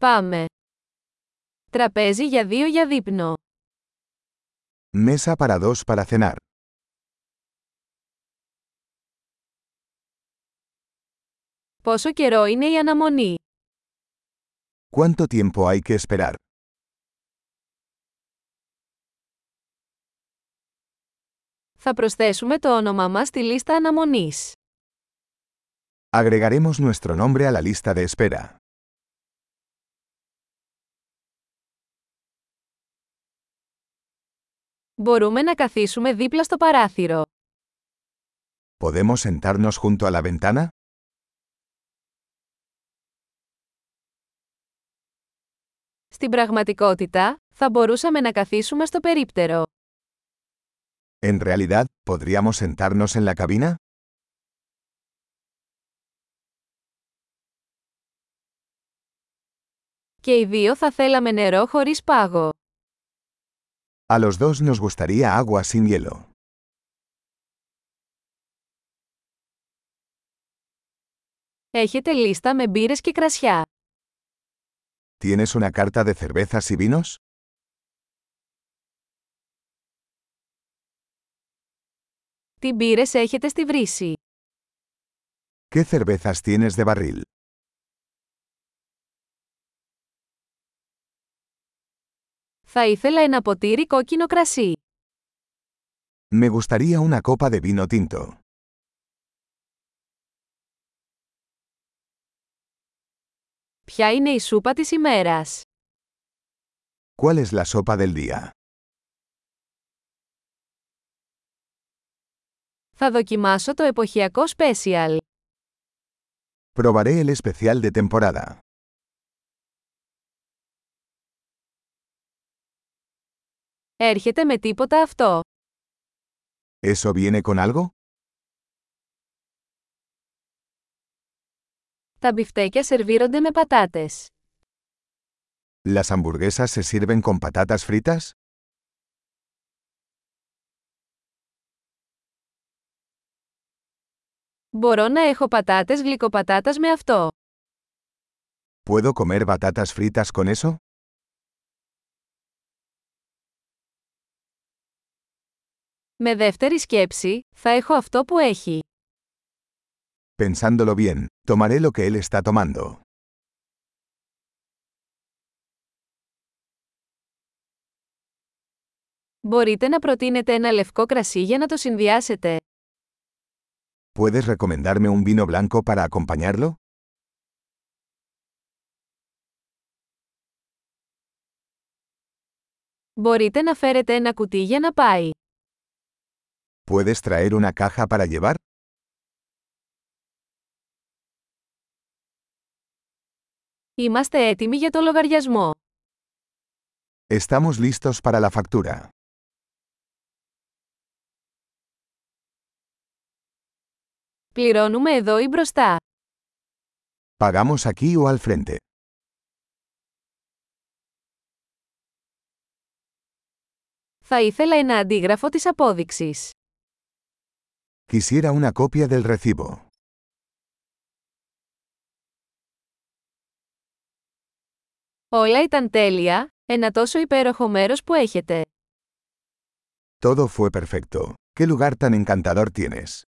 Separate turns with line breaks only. Πάμε. Τραπέζι για δύο για δείπνο.
Mesa para dos para cenar.
Πόσο καιρό είναι η αναμονή.
¿Cuánto tiempo hay que esperar?
Θα προσθέσουμε το όνομά μας στη λίστα αναμονής.
Agregaremos nuestro nombre a la lista de espera.
Μπορούμε να καθίσουμε δίπλα στο παράθυρο.
¿Podemos sentarnos junto a la ventana?
Στην πραγματικότητα, θα μπορούσαμε να καθίσουμε στο περίπτερο.
En realidad, ¿podríamos sentarnos en la cabina?
Και οι δύο θα θέλαμε νερό χωρίς πάγο.
A los dos nos gustaría agua sin hielo.
Έχετε λίστα με μπύρες και κρασιά.
¿Tienes una carta de cervezas y vinos?
Τι μπύρες έχετε στη βρύση.
¿Qué cervezas tienes de barril?
Θα ήθελα ένα ποτήρι κόκκινο κρασί.
Me gustaría una copa de vino tinto.
Ποια είναι η σούπα της ημέρας.
¿Cuál es la sopa del día?
Θα δοκιμάσω το εποχιακό special.
Probaré el especial de temporada.
Έρχεται με τίποτα αυτό.
¿Eso viene con algo?
Τα μπιφτέκια σερβίρονται με πατάτες.
¿Las hamburguesas se sirven con patatas fritas?
Μπορώ να έχω πατάτες γλυκοπατάτας με αυτό.
¿Puedo comer batatas fritas con eso?
Με δεύτερη σκέψη, θα έχω αυτό που έχει.
Pensándolo bien, tomaré lo que él está tomando.
Μπορείτε να προτείνετε ένα λευκό κρασί για να το συνδυάσετε.
¿Puedes recomendarme un vino blanco para acompañarlo?
Μπορείτε να φέρετε ένα κουτί για να πάει.
¿Puedes traer una caja para llevar?
Είμαστε έτοιμοι για το λογαριασμό.
Estamos listos para la factura.
Πληρώνουμε εδώ ή μπροστά.
¿Pagamos aquí o al frente?
Θα ήθελα ένα αντίγραφο της απόδειξης.
Quisiera una copia del recibo.
Όλα ήταν τέλεια, ένα τόσο υπέροχο μέρος που έχετε.
Todo fue perfecto. ¿Qué lugar tan encantador tienes?